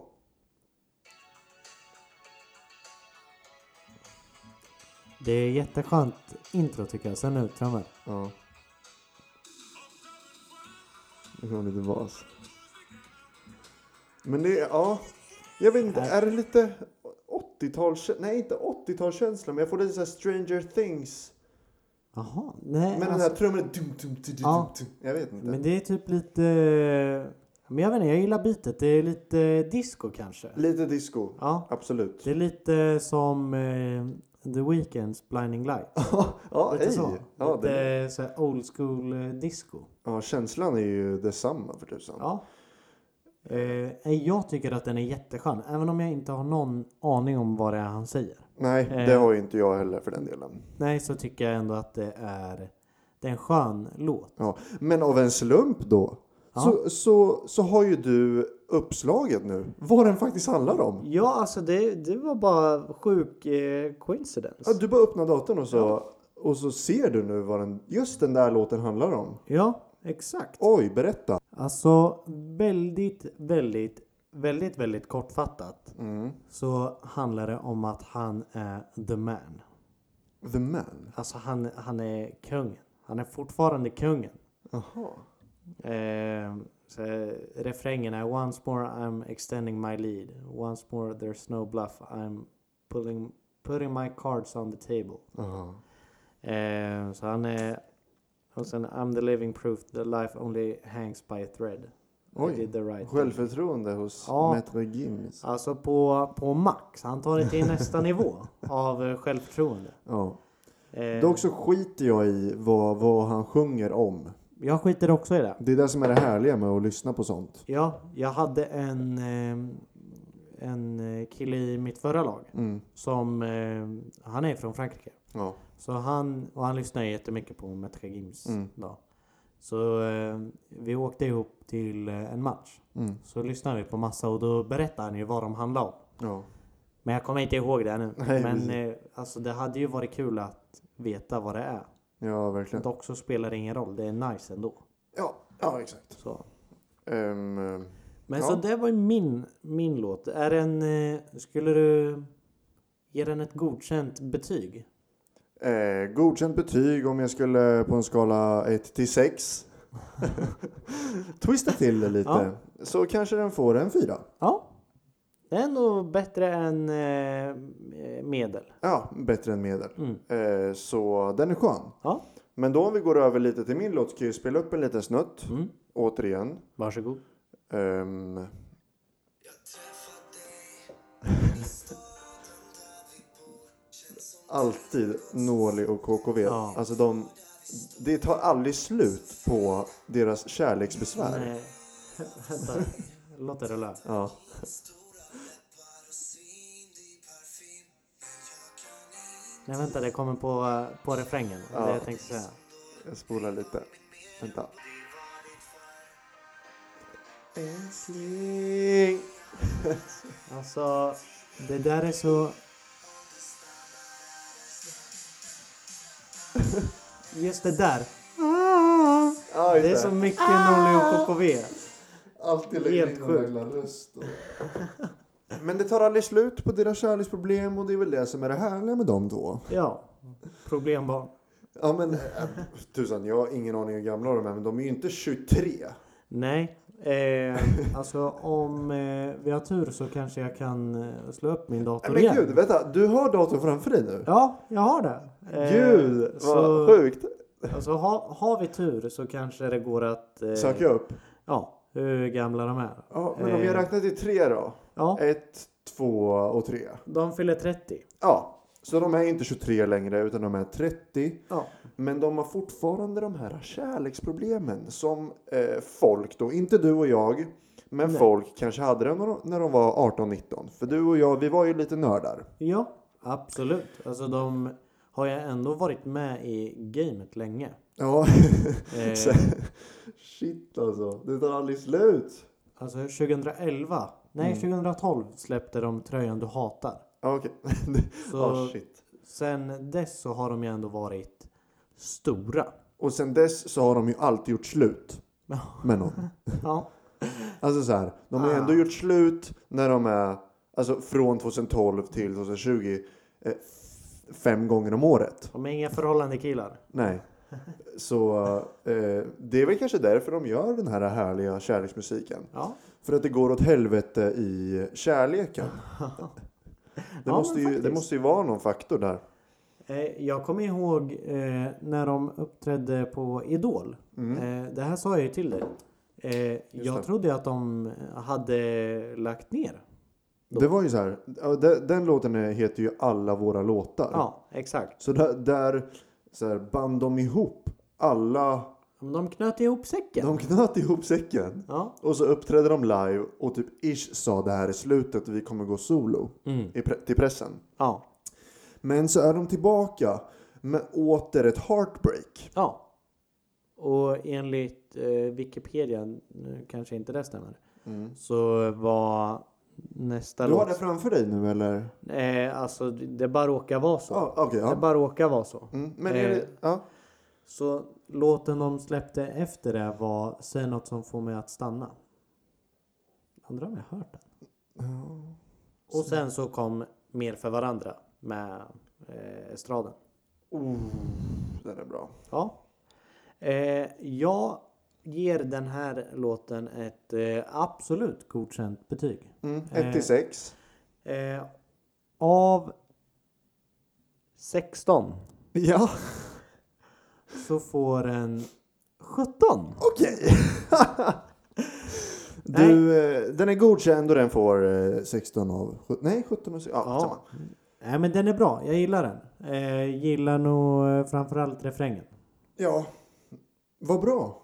Speaker 1: Det är jätteskönt intro tycker jag. Sen nu trummor.
Speaker 2: Ja. Nu kom lite bas. Men det är, ja. Jag vet inte, är det lite 80-tals... Nej, inte 80-talskänsla, men jag får lite så här Stranger Things.
Speaker 1: Jaha, nej.
Speaker 2: Men den här
Speaker 1: alltså,
Speaker 2: trumman... Dum, dum, dum, dum,
Speaker 1: Ja.
Speaker 2: dum, dum. Jag vet inte.
Speaker 1: men det är typ lite... Men jag vet inte, jag gillar bitet. Det är lite disco kanske.
Speaker 2: Lite disco.
Speaker 1: Ja,
Speaker 2: Absolut.
Speaker 1: det är lite som eh, The Weeknds Blinding Light.
Speaker 2: Ja,
Speaker 1: Lite
Speaker 2: ej.
Speaker 1: så.
Speaker 2: Ja,
Speaker 1: Lite
Speaker 2: det,
Speaker 1: så här old school eh, disco.
Speaker 2: ja, känslan är ju detsamma för tusan.
Speaker 1: Ja. Eh, jag tycker att den är jätteskön. Även om jag inte har någon aning om vad det är han säger.
Speaker 2: Nej, det
Speaker 1: Eh.
Speaker 2: har ju inte jag heller för den delen.
Speaker 1: Nej, så tycker jag ändå att det är, det är en skön låt.
Speaker 2: Ja, men av en slump då
Speaker 1: Ja.
Speaker 2: så, så, så har ju du uppslaget nu vad den faktiskt handlar om.
Speaker 1: Ja, alltså det, det var bara sjuk eh, coincidence.
Speaker 2: Ja, du bara öppnar datorn och så, och så ser du nu vad den, just den där låten handlar om.
Speaker 1: Ja, exakt.
Speaker 2: Oj, berätta.
Speaker 1: Alltså väldigt, väldigt, väldigt, väldigt kortfattat
Speaker 2: Mm.
Speaker 1: så handlar det om att han är the man.
Speaker 2: The Man.
Speaker 1: Alltså han, han är kungen. Han är fortfarande kungen.
Speaker 2: Jaha.
Speaker 1: Eh, så refrängen är Once more I'm extending my lead. Once more there's no bluff. I'm pulling, putting my cards on the table.
Speaker 2: Aha.
Speaker 1: Eh, så han är... Och sen I'm the living proof that life only hangs by a thread.
Speaker 2: Oj,
Speaker 1: I did the right thing."
Speaker 2: Självförtroende hos
Speaker 1: Ja.
Speaker 2: Metro Gims.
Speaker 1: Alltså på, på max. Han tar det till nästa nivå av eh, självförtroende.
Speaker 2: Ja.
Speaker 1: Eh,
Speaker 2: Dock så skiter jag i vad, vad han sjunger om.
Speaker 1: Ehm, Jag skiter också i det.
Speaker 2: Det är det som är det härliga med att lyssna på sånt.
Speaker 1: Ja, jag hade en, eh, en eh, kille i mitt förra lag
Speaker 2: Mm.
Speaker 1: som, eh, han är från Frankrike.
Speaker 2: Ja.
Speaker 1: Så han, och han lyssnar jättemycket på Metrica Games
Speaker 2: Mm.
Speaker 1: då. Så eh, vi åkte ihop till eh, en match.
Speaker 2: Mm.
Speaker 1: Så lyssnade vi på massa och då berättade han ju vad de handlade om.
Speaker 2: Ja.
Speaker 1: Men jag kommer inte ihåg det nu.
Speaker 2: Nej,
Speaker 1: Men
Speaker 2: precis.
Speaker 1: eh, alltså, det hade ju varit kul att veta vad det är.
Speaker 2: ja, verkligen.
Speaker 1: Dock så spelar det ingen roll, det är nice ändå.
Speaker 2: Ja, ja exakt.
Speaker 1: Så.
Speaker 2: Ehm, ehm,
Speaker 1: Men
Speaker 2: Ja.
Speaker 1: så det var ju min, min låt. Är den, eh, skulle du ge den ett godkänt betyg?
Speaker 2: eh, godkänt betyg om jag skulle på en skala 1 till 6. Twista till det lite. Så kanske den får en 4.
Speaker 1: Ja. Det är ändå bättre än eh, medel.
Speaker 2: Ja, bättre än medel.
Speaker 1: Mm.
Speaker 2: Eh, så den är skön.
Speaker 1: Ja.
Speaker 2: Men då om vi går över lite till min låt så kan jag ju spela upp en liten snutt.
Speaker 1: Mm.
Speaker 2: Återigen.
Speaker 1: Varsågod.
Speaker 2: Ehm, Alltid Nåli och KKV.
Speaker 1: Ja.
Speaker 2: Alltså de, det tar aldrig slut på deras kärleksbesvär.
Speaker 1: Nej. Vänta. Låt det rulla.
Speaker 2: Ja.
Speaker 1: Nej vänta, det kommer på, eh, på refrängen.
Speaker 2: Ja.
Speaker 1: Det jag tänkte säga.
Speaker 2: Jag spolar lite. Vänta. Älskling.
Speaker 1: Alltså, det där är så... Just det där.
Speaker 2: Ja,
Speaker 1: Det är så mycket Norli och KKV.
Speaker 2: Alltid
Speaker 1: lägger Helt in någon sjukt.
Speaker 2: röst. Men det tar aldrig slut på deras kärleksproblem och det är väl det som är det härliga med dem då.
Speaker 1: Ja. Problembarn.
Speaker 2: Ja men eh, tusan, jag har ingen aning hur gamla de är men de är ju inte 23.
Speaker 1: Nej. Eh, alltså om eh, vi har tur så kanske jag kan eh, slå upp min dator
Speaker 2: Nej, men
Speaker 1: igen.
Speaker 2: gud, vänta, du har datorn framför dig nu?
Speaker 1: Ja, jag har det. Eh,
Speaker 2: Gud, vad
Speaker 1: så,
Speaker 2: sjukt.
Speaker 1: alltså, ha, Har vi tur så kanske det går att... Eh,
Speaker 2: Söka upp.
Speaker 1: Ja, hur gamla de är.
Speaker 2: Ja, men om jag
Speaker 1: eh,
Speaker 2: räknar till tre då?
Speaker 1: Ja,
Speaker 2: Ett, två och tre.
Speaker 1: de fyller 30.
Speaker 2: Ja, så de är inte 23 längre utan de är 30.
Speaker 1: Ja.
Speaker 2: Men de har fortfarande de här kärleksproblemen som eh, folk då, inte du och jag, men
Speaker 1: Nej.
Speaker 2: folk kanske hade det när de, när de var 18-19. För du och jag, vi var ju lite nördar.
Speaker 1: Ja, absolut. Alltså de har ju ändå varit med i gamet länge.
Speaker 2: Ja, så,
Speaker 1: Eh,
Speaker 2: shit alltså. Det tar aldrig slut.
Speaker 1: alltså 2011, nej
Speaker 2: Mm.
Speaker 1: 2012 släppte de tröjan du hatar.
Speaker 2: Ja, Okej.
Speaker 1: Så
Speaker 2: Ja, Ah, shit.
Speaker 1: sen dess så har de ju ändå varit stora.
Speaker 2: Och sen dess så har de ju alltid gjort slut med någon.
Speaker 1: Ja,
Speaker 2: Alltså så här, de har
Speaker 1: Ah.
Speaker 2: ändå gjort slut när de är, alltså från 2012 till 2020, eh, f- fem gånger om året.
Speaker 1: de är inga förhållande killar.
Speaker 2: Nej. Så eh, det är väl kanske därför de gör den här härliga kärleksmusiken.
Speaker 1: Ja,
Speaker 2: För att det går åt helvete i kärleken. Det,
Speaker 1: Ja,
Speaker 2: måste,
Speaker 1: men
Speaker 2: ju, det
Speaker 1: faktiskt.
Speaker 2: måste ju vara någon faktor där.
Speaker 1: Eh, Jag kommer ihåg eh, när de uppträdde på Idol. Eh, det här sa jag ju till dig. Eh, jag
Speaker 2: Mm. det.
Speaker 1: trodde att de hade lagt ner. Då.
Speaker 2: Det var ju så här, ja, de- den låten heter ju Alla våra låtar.
Speaker 1: Ja, exakt.
Speaker 2: Så där, där så här, band de ihop alla,
Speaker 1: Men de knöt ihop säcken.
Speaker 2: de knöt ihop säcken.
Speaker 1: Ja.
Speaker 2: Och så uppträdde de live och typ Ish sa det här är slutet, vi kommer gå solo
Speaker 1: Mm.
Speaker 2: i pre- till pressen.
Speaker 1: ja,
Speaker 2: Men så är de tillbaka med åter ett heartbreak.
Speaker 1: ja. Och enligt eh, Wikipedia, nu kanske inte det stämmer,
Speaker 2: Mm.
Speaker 1: så var nästa
Speaker 2: Du har
Speaker 1: låt...
Speaker 2: det framför dig nu eller?
Speaker 1: Eh, alltså det bara råkar vara så.
Speaker 2: Ja, okej.
Speaker 1: Det
Speaker 2: ja.
Speaker 1: bara råkar vara så.
Speaker 2: Mm, men är det, ja.
Speaker 1: Så låten de släppte efter det var Säg något som får mig att stanna. Undrar om jag hört den. Och sen så kom Mer för varandra med eh, Estraden.
Speaker 2: Oh, den är bra.
Speaker 1: Ja. Eh, jag ger den här låten ett eh, absolut godkänt betyg.
Speaker 2: Mm. 1 till 6.
Speaker 1: Eh, av 16
Speaker 2: Ja,
Speaker 1: så får den 17.
Speaker 2: okej. du, eh, den är godkänd och den får eh, 16 av 17. Nej, 17 av 16. Ja, samma.
Speaker 1: Nej men den är bra, jag gillar den. Eh, gillar nog eh, framförallt refrängen.
Speaker 2: Ja, vad bra.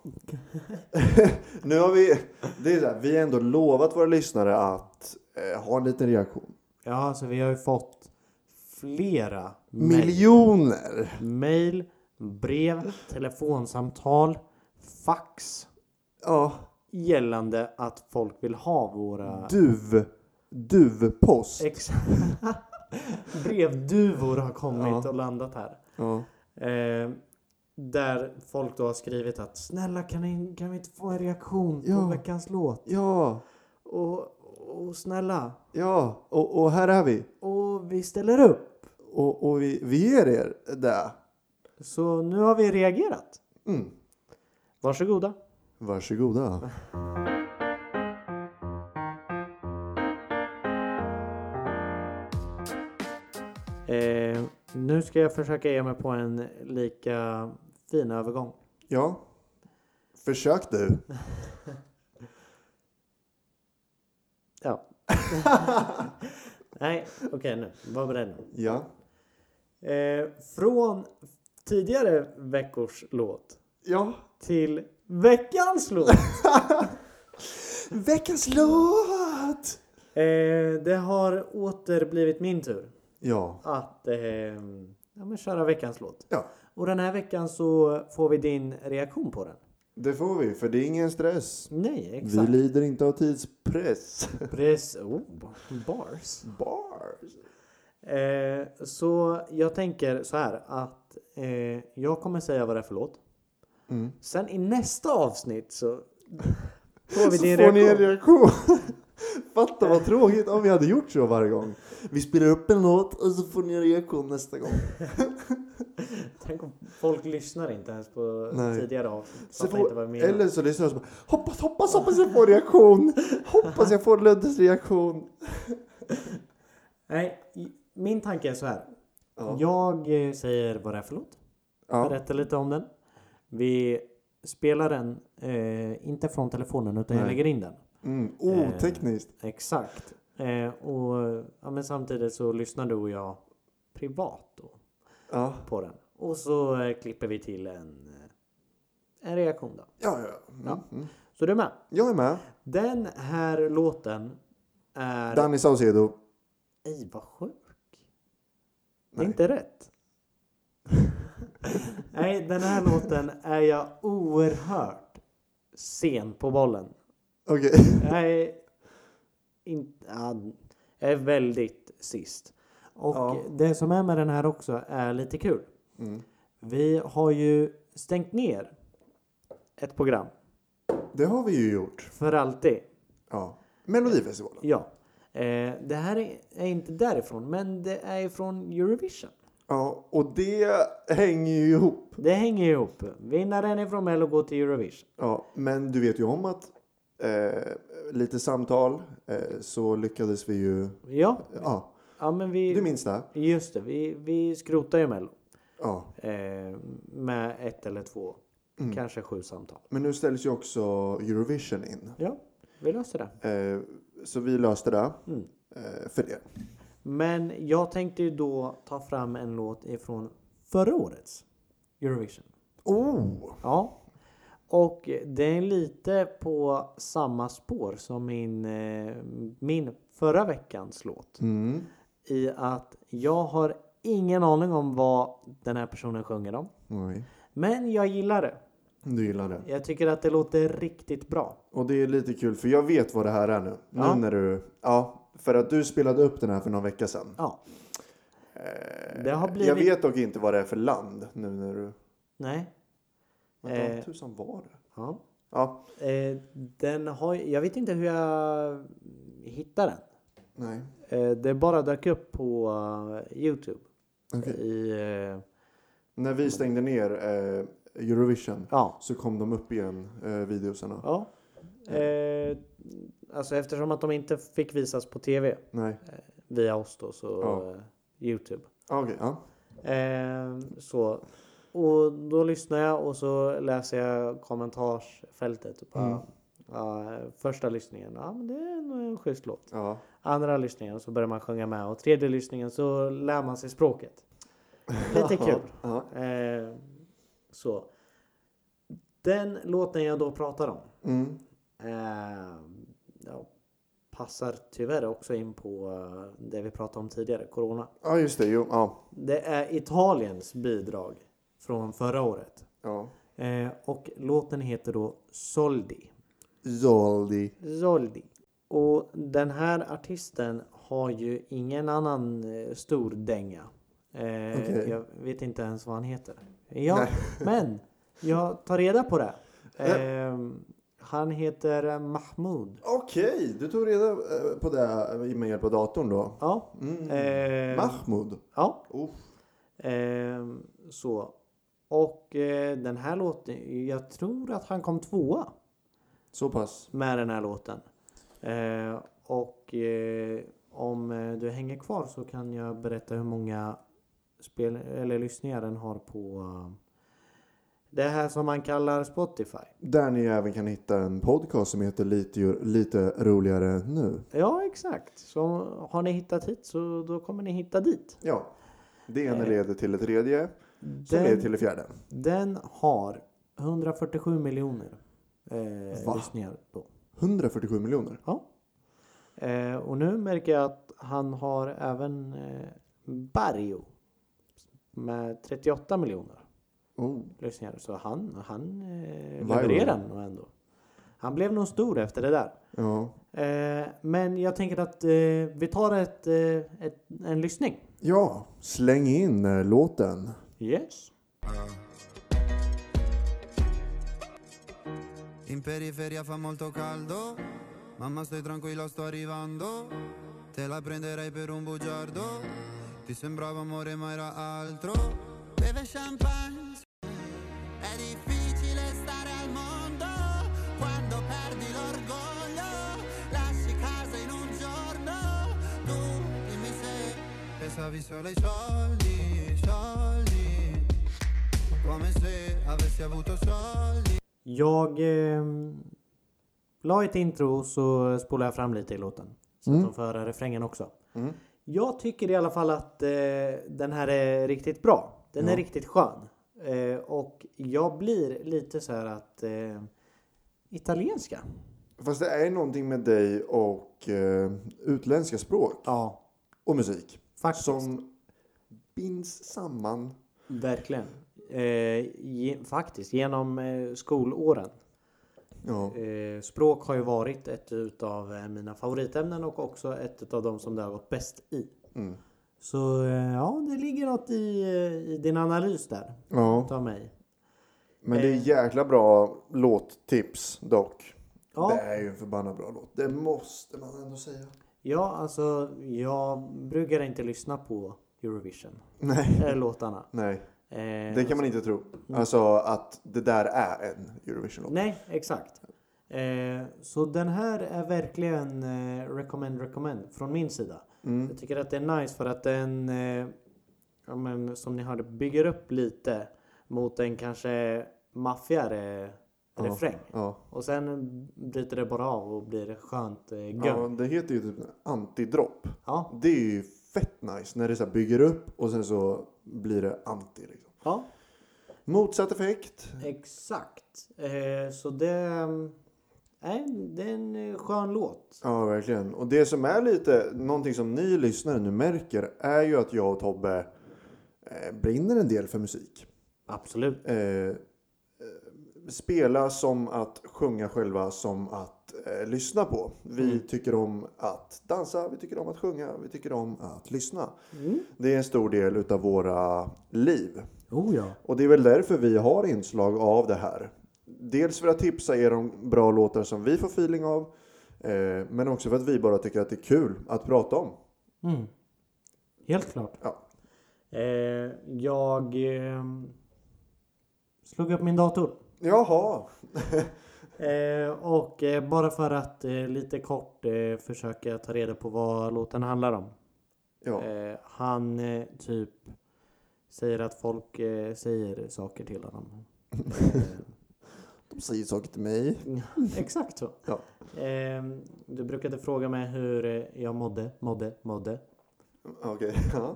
Speaker 2: nu har vi, det är så här, vi har ändå lovat våra lyssnare att eh, ha en liten reaktion.
Speaker 1: Ja, alltså vi har ju fått flera mail,
Speaker 2: Miljoner!
Speaker 1: mail brev, telefonsamtal, fax
Speaker 2: Ja,
Speaker 1: gällande att folk vill ha våra
Speaker 2: duv, duvpost.
Speaker 1: ex- brevduvor har kommit
Speaker 2: Ja.
Speaker 1: och landat här.
Speaker 2: Ja.
Speaker 1: Eh, där folk då har skrivit att snälla kan, ni, kan vi inte få en reaktion på
Speaker 2: Ja.
Speaker 1: veckans låt?
Speaker 2: Ja,
Speaker 1: Och, och snälla,
Speaker 2: ja, och, och här är vi.
Speaker 1: och vi ställer upp.
Speaker 2: Och, och vi, vi ger er det.
Speaker 1: Så nu har vi reagerat.
Speaker 2: Mm.
Speaker 1: Varsågoda.
Speaker 2: Varsågoda.
Speaker 1: Eh, nu ska jag försöka ge mig på en lika fin övergång.
Speaker 2: Ja. Försök du.
Speaker 1: Ja. Nej, okej nu. Var beredd nu.
Speaker 2: Ja.
Speaker 1: Eh, från tidigare veckors låt
Speaker 2: Ja.
Speaker 1: till veckans låt.
Speaker 2: Veckans låt!
Speaker 1: Eh, det har åter blivit min tur
Speaker 2: Ja.
Speaker 1: att eh, ja, men köra veckans låt.
Speaker 2: Ja.
Speaker 1: Och den här veckan så får vi din reaktion på den.
Speaker 2: Det får vi, för det är ingen stress.
Speaker 1: Nej, exakt.
Speaker 2: Vi lider inte av tidspress.
Speaker 1: Precis. Oh, bars.
Speaker 2: Bars.
Speaker 1: Eh, så jag tänker så här att eh, jag kommer säga vad det är för låt.
Speaker 2: Mm.
Speaker 1: Sen i nästa avsnitt så får vi
Speaker 2: Så
Speaker 1: din
Speaker 2: får ni en
Speaker 1: reaktion.
Speaker 2: reaktion. Fatta vad tråkigt om vi hade gjort så varje gång. Vi spelar upp en låt och så får ni en reaktion nästa gång.
Speaker 1: Tänk om folk lyssnar inte ens på
Speaker 2: Nej.
Speaker 1: tidigare avsnitt.
Speaker 2: Så
Speaker 1: Fattar inte vad jag
Speaker 2: får,
Speaker 1: menar.
Speaker 2: eller så lyssnar jag och så bara hoppas, hoppas, hoppas jag får reaktion. Hoppas jag får Luddes reaktion.
Speaker 1: Nej, i- min tanke är så här.
Speaker 2: Ja.
Speaker 1: Jag eh, säger vad det är för låt.
Speaker 2: Ja.
Speaker 1: Berätta lite om den. Vi spelar den, eh, inte från telefonen utan jag
Speaker 2: Nej.
Speaker 1: lägger in den.
Speaker 2: Mm.
Speaker 1: Eh.
Speaker 2: Oh, tekniskt.
Speaker 1: Exakt. Eh, och ja, men samtidigt så lyssnar du och jag privat då
Speaker 2: Ja.
Speaker 1: på den. Och så eh, klipper vi till en, eh, en reaktion då.
Speaker 2: Ja, ja. Mm.
Speaker 1: Ja.
Speaker 2: Mm.
Speaker 1: Så du är med.
Speaker 2: Jag är med.
Speaker 1: Den här låten är...
Speaker 2: Danny Saucedo.
Speaker 1: Ej, vad sjuk. Det är
Speaker 2: Nej.
Speaker 1: inte rätt. Nej, den här låten är jag oerhört sen på bollen.
Speaker 2: Okej.
Speaker 1: Jag är, in, ja, jag är väldigt sist. Och
Speaker 2: Ja.
Speaker 1: det som är med den här också är lite kul.
Speaker 2: Mm.
Speaker 1: Vi har ju stängt ner ett program
Speaker 2: Det har vi ju gjort.
Speaker 1: för alltid.
Speaker 2: Ja. Melodifestivalen.
Speaker 1: Ja. Eh, det här är, är inte därifrån, men det är från Eurovision.
Speaker 2: Ja, och det hänger ju ihop.
Speaker 1: Det hänger ihop. Vinnaren är från Mello går till Eurovision.
Speaker 2: Ja, men du vet ju om att eh, lite samtal eh, så lyckades vi ju.
Speaker 1: Ja,
Speaker 2: Ja,
Speaker 1: ja men
Speaker 2: du
Speaker 1: vi...
Speaker 2: minns det?
Speaker 1: Just det, vi, vi skrotar ju Mello.
Speaker 2: Ja,
Speaker 1: Eh, med ett eller två,
Speaker 2: Mm.
Speaker 1: kanske sju samtal.
Speaker 2: men nu ställs ju också Eurovision in.
Speaker 1: Ja, vi löser det.
Speaker 2: Eh, så vi löste det
Speaker 1: Mm.
Speaker 2: eh, för det.
Speaker 1: Men jag tänkte ju då ta fram en låt ifrån förra årets Eurovision.
Speaker 2: Oh!
Speaker 1: Ja. Och det är lite på samma spår som min, eh, min förra veckans låt.
Speaker 2: Mm.
Speaker 1: I att jag har ingen aning om vad den här personen sjunger om.
Speaker 2: Oj.
Speaker 1: Men jag gillar det.
Speaker 2: Du gillar det.
Speaker 1: Jag tycker att det låter riktigt bra.
Speaker 2: Och det är lite kul för jag vet vad det här är nu.
Speaker 1: Ja.
Speaker 2: Nu när du... Ja, för att du spelade upp den här för någon vecka sedan.
Speaker 1: Ja.
Speaker 2: Eh,
Speaker 1: Det har
Speaker 2: Jag
Speaker 1: blivit-
Speaker 2: vet dock inte vad det är för land nu när du...
Speaker 1: Nej.
Speaker 2: Vänta,
Speaker 1: Eh.
Speaker 2: vad tusan var det?
Speaker 1: Ja.
Speaker 2: Ja,
Speaker 1: Eh, den har, jag vet inte hur jag hittade den.
Speaker 2: nej.
Speaker 1: Eh, det bara dök upp på eh, Youtube.
Speaker 2: Okej.
Speaker 1: I, eh,
Speaker 2: När vi stängde ner eh, Eurovision
Speaker 1: ja.
Speaker 2: så kom de upp igen, eh, videosarna.
Speaker 1: ja. Eh, alltså eftersom att de inte fick visas på tv
Speaker 2: Nej.
Speaker 1: via oss då, så
Speaker 2: Ja.
Speaker 1: eh, Youtube.
Speaker 2: Ah, Okej, ja.
Speaker 1: Eh, så. Och då lyssnar jag och så läser jag kommentarsfältet. Och bara,
Speaker 2: Mm.
Speaker 1: ja, första lyssningen, ja men det är nog en schysst låt.
Speaker 2: ja.
Speaker 1: Andra lyssningen så börjar man sjunga med och tredje lyssningen så lär man sig språket. Lite kul.
Speaker 2: Ja.
Speaker 1: Eh, så. Den låten jag då pratar om
Speaker 2: Mm.
Speaker 1: eh, ja, passar tyvärr också in på eh, det vi pratade om tidigare, corona.
Speaker 2: ja, just det. Jo, ja.
Speaker 1: Det är Italiens bidrag från förra året.
Speaker 2: ja.
Speaker 1: Eh, och låten heter då Soldi.
Speaker 2: Zoldi.
Speaker 1: Zoldi. Och den här artisten har ju ingen annan eh, stor dänga. Eh,
Speaker 2: Okej.
Speaker 1: Jag vet inte ens vad han heter. Ja, men jag tar reda på det. Eh, han heter Mahmoud.
Speaker 2: Okej, du tog reda eh, på det eh, med hjälp av datorn då.
Speaker 1: Ja.
Speaker 2: Mm.
Speaker 1: Eh,
Speaker 2: Mahmoud.
Speaker 1: ja.
Speaker 2: Oh.
Speaker 1: Eh, så. Och eh, den här låten, jag tror att han kom tvåa.
Speaker 2: Så pass.
Speaker 1: med den här låten. Eh, och eh, om eh, du hänger kvar så kan jag berätta hur många spel eller lyssningar den har på eh, det här som man kallar Spotify.
Speaker 2: Där ni även kan hitta en podcast som heter Lite, lite roligare nu.
Speaker 1: Ja, exakt. Så har ni hittat hit så då kommer ni hitta dit.
Speaker 2: Ja. Det ena leder till det tredje, som leder till det fjärde.
Speaker 1: den har 147 miljoner eh,
Speaker 2: Va?
Speaker 1: lyssningar då.
Speaker 2: 147 miljoner.
Speaker 1: Ja. Eh, och nu märker jag att han har även eh, Barrio med 38 miljoner
Speaker 2: Oh.
Speaker 1: lyssningar. Så han, han eh,
Speaker 2: Viral.
Speaker 1: levererar nog ändå. Han blev nog stor efter det där.
Speaker 2: Ja.
Speaker 1: Eh, men jag tänker att eh, vi tar ett, eh, ett, en lyssning.
Speaker 2: ja, släng in eh, låten.
Speaker 1: Yes.
Speaker 3: In periferia fa molto caldo, mamma stai tranquilla sto arrivando, te la prenderai per un bugiardo, ti sembrava amore ma era altro, beve champagne, è difficile stare al mondo quando perdi l'orgoglio, lasci casa in un giorno, tu dimmi se pensavi solo ai soldi, soldi, come se avessi avuto soldi.
Speaker 1: Jag eh, la ett intro och så spolar jag fram lite i låten. Så att de får höra refrängen också. Jag tycker i alla fall att eh, den här är riktigt bra. Den är riktigt skön. Eh, och jag blir lite så här att eh, italienska.
Speaker 2: Fast det är någonting med dig och eh, utländska språk
Speaker 1: Ja,
Speaker 2: och musik
Speaker 1: faktiskt.
Speaker 2: som binds samman.
Speaker 1: Verkligen. Eh, ge, faktiskt, genom eh, skolåren.
Speaker 2: Ja,
Speaker 1: Eh, språk har ju varit ett utav eh, mina favoritämnen och också ett utav de som det har gått bäst i.
Speaker 2: Mm.
Speaker 1: Så eh, ja, det ligger något i, eh, i din analys där.
Speaker 2: ja.
Speaker 1: Ta mig.
Speaker 2: men det är jäkla bra låttips dock.
Speaker 1: Ja.
Speaker 2: Det är ju en förbannat bra låt. Det måste man ändå säga.
Speaker 1: Ja, alltså jag brukar inte lyssna på Eurovision.
Speaker 2: Nej,
Speaker 1: Eh, låtarna.
Speaker 2: nej,
Speaker 1: Eh,
Speaker 2: det kan man inte tro. Alltså att det där är en Eurovision-låt.
Speaker 1: Nej, exakt. Eh, så den här är verkligen eh, recommend, recommend från min sida. Jag tycker att det är nice för att den, eh, ja, men, som ni hörde, bygger upp lite mot en kanske maffigare refräng.
Speaker 2: Ja.
Speaker 1: Och sen bryter det bara av och blir skönt eh, gött.
Speaker 2: ja,
Speaker 1: Ja.
Speaker 2: det heter ju typ antidropp. Det är ju fett nice när det så här bygger upp och sen så blir det anti. Liksom.
Speaker 1: ja,
Speaker 2: Motsatt effekt.
Speaker 1: exakt. Eh, så det, nej, det är en eh, skön låt.
Speaker 2: Ja, verkligen. Och det som är lite, någonting som ni lyssnare nu märker är ju att jag och Tobbe eh, brinner en del för musik.
Speaker 1: Absolut.
Speaker 2: Eh, eh, spela som att sjunga själva, som att eh, lyssna på. Vi tycker om att dansa, vi tycker om att sjunga, vi tycker om att lyssna. Det är en stor del utav våra liv.
Speaker 1: Oh ja.
Speaker 2: Och det är väl därför vi har inslag av det här. Dels för att tipsa er om bra låtar som vi får feeling av, eh, men också för att vi bara tycker att det är kul att prata om.
Speaker 1: Mm. Helt klart.
Speaker 2: Ja.
Speaker 1: Eh, jag ehm, slog upp min dator.
Speaker 2: Jaha,
Speaker 1: Eh, och eh, bara för att eh, lite kort eh, försöka ta reda på vad låten handlar om.
Speaker 2: ja.
Speaker 1: Eh, han eh, typ säger att folk eh, säger saker till honom.
Speaker 2: de säger saker till mig.
Speaker 1: Exakt så.
Speaker 2: Ja.
Speaker 1: Eh, du brukade fråga mig hur eh, jag mådde, mådde, mådde.
Speaker 2: Okej, ja.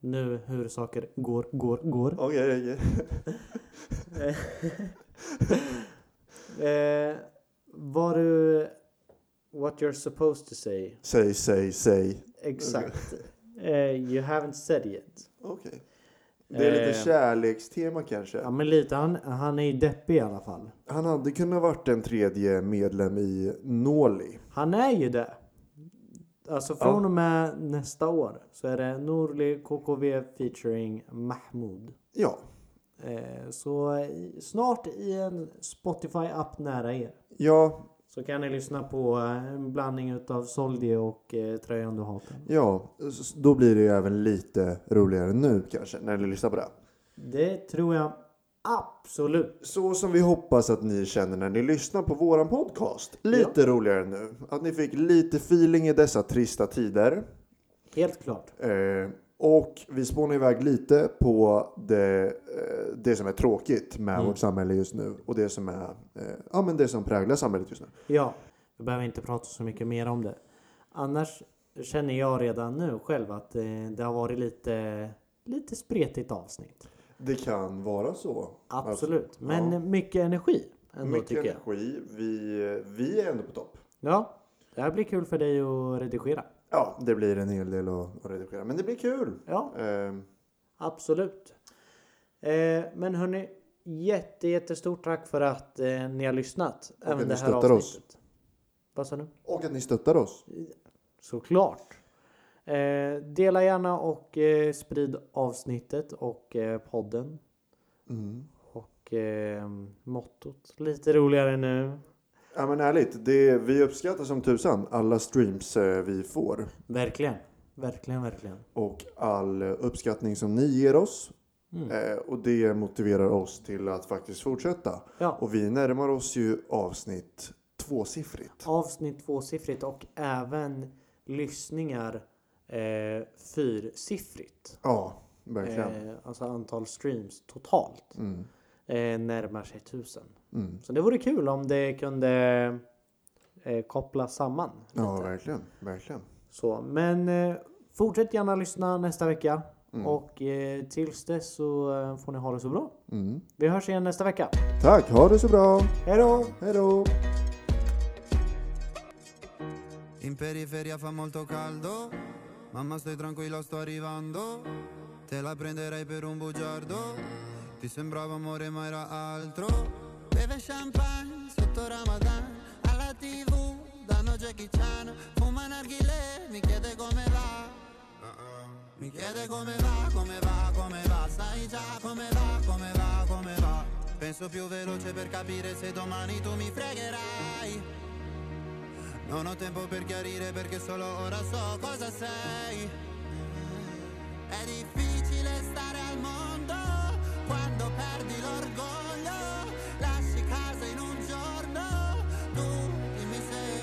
Speaker 1: Nu hur saker går, går, går.
Speaker 2: Okej, okej.
Speaker 1: Eh, var du... What you're supposed to say.
Speaker 2: Säg, säg, säg.
Speaker 1: Exakt. Eh, you haven't said yet.
Speaker 2: Okej. Det är lite
Speaker 1: Eh.
Speaker 2: kärlekstema kanske.
Speaker 1: Ja men lite, han, han är ju deppig i alla fall.
Speaker 2: Han hade kunnat varit en tredje medlem i Nåli.
Speaker 1: Han är ju det. Alltså från och med nästa år så är det Norli KKV featuring Mahmoud.
Speaker 2: Ja,
Speaker 1: Eh, så i- snart i en Spotify-app nära er.
Speaker 2: ja,
Speaker 1: Så kan ni lyssna på eh, en blandning utav Soldi och eh, Tröjan du hatar.
Speaker 2: ja. S- Då blir det ju även lite roligare nu kanske, när ni lyssnar på det.
Speaker 1: Det tror jag absolut.
Speaker 2: Så som vi hoppas att ni känner när ni lyssnar på våran podcast. Lite roligare nu. Att ni fick lite feeling i dessa trista tider.
Speaker 1: Helt klart.
Speaker 2: Eh, och vi spånar iväg lite på det, eh, det som är tråkigt med
Speaker 1: Mm.
Speaker 2: vårt samhälle just nu och det som, är, eh, ja, men det som präglar samhället just nu.
Speaker 1: Ja, vi behöver inte prata så mycket mer om det. Annars känner jag redan nu själv att eh, det har varit lite, lite spretigt avsnitt.
Speaker 2: Det kan vara så.
Speaker 1: Absolut,
Speaker 2: Alltså, Ja.
Speaker 1: men mycket energi ändå
Speaker 2: Mycket
Speaker 1: tycker jag.
Speaker 2: energi. Vi, vi är ändå på topp.
Speaker 1: Ja, det här blir kul för dig att redigera.
Speaker 2: Ja, det blir en hel del att, att redigera, men det blir kul.
Speaker 1: Ja,
Speaker 2: Eh,
Speaker 1: absolut. Eh, men hörni, jätte, jättestort tack för att eh, ni har lyssnat.
Speaker 2: att
Speaker 1: Även
Speaker 2: ni
Speaker 1: det här
Speaker 2: stöttar oss.
Speaker 1: avsnittet. Vad sa du?
Speaker 2: och att ni stöttar oss.
Speaker 1: Såklart. Eh, dela gärna och eh, sprid avsnittet och eh, podden
Speaker 2: Mm.
Speaker 1: och eh, mottot. Lite roligare nu.
Speaker 2: Ja, men ärligt, det, vi uppskattar som tusan alla streams eh, vi får.
Speaker 1: Verkligen, verkligen, verkligen.
Speaker 2: och all eh, uppskattning som ni ger oss. Eh, och det motiverar oss till att faktiskt fortsätta.
Speaker 1: Ja,
Speaker 2: Och vi närmar oss ju avsnitt tvåsiffrigt.
Speaker 1: avsnitt tvåsiffrigt och även lyssningar eh, fyrsiffrigt.
Speaker 2: Ja, verkligen.
Speaker 1: Eh, alltså antal streams totalt
Speaker 2: Mm,
Speaker 1: eh, närmar sig tusen.
Speaker 2: mm.
Speaker 1: Så det vore kul om det kunde eh, kopplas samman.
Speaker 2: Ja, verkligen. verkligen.
Speaker 1: Så, men eh, fortsätt gärna lyssna nästa vecka. Och eh, tills dess så eh, får ni ha det så bra.
Speaker 2: Mm.
Speaker 1: Vi hörs igen nästa vecka.
Speaker 2: Tack, ha det så bra.
Speaker 1: Hej då!
Speaker 2: Hej då.
Speaker 3: In periferia fa molto caldo, mamma stai tranquilla sto arrivando, te la prenderei per un bugiardo, ti sembrava amore ma era altro. Beve champagne sotto Ramadan, alla tv danno Jackie Chan, fuma narghile, mi chiede come va. Mi chiede come va, come va, come va, sai già come va, come va, come va. Penso più veloce per capire se domani tu mi fregherai. Non ho tempo per chiarire perché solo ora so cosa sei. È difficile stare al mondo quando perdi l'orgoglio. Lasci casa in un giorno, tu dimmi se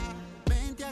Speaker 3: Venti a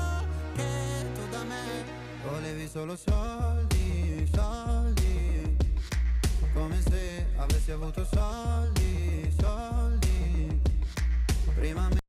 Speaker 3: che tu da me volevi solo soldi, soldi. Come se avessi avuto soldi, soldi. Prima me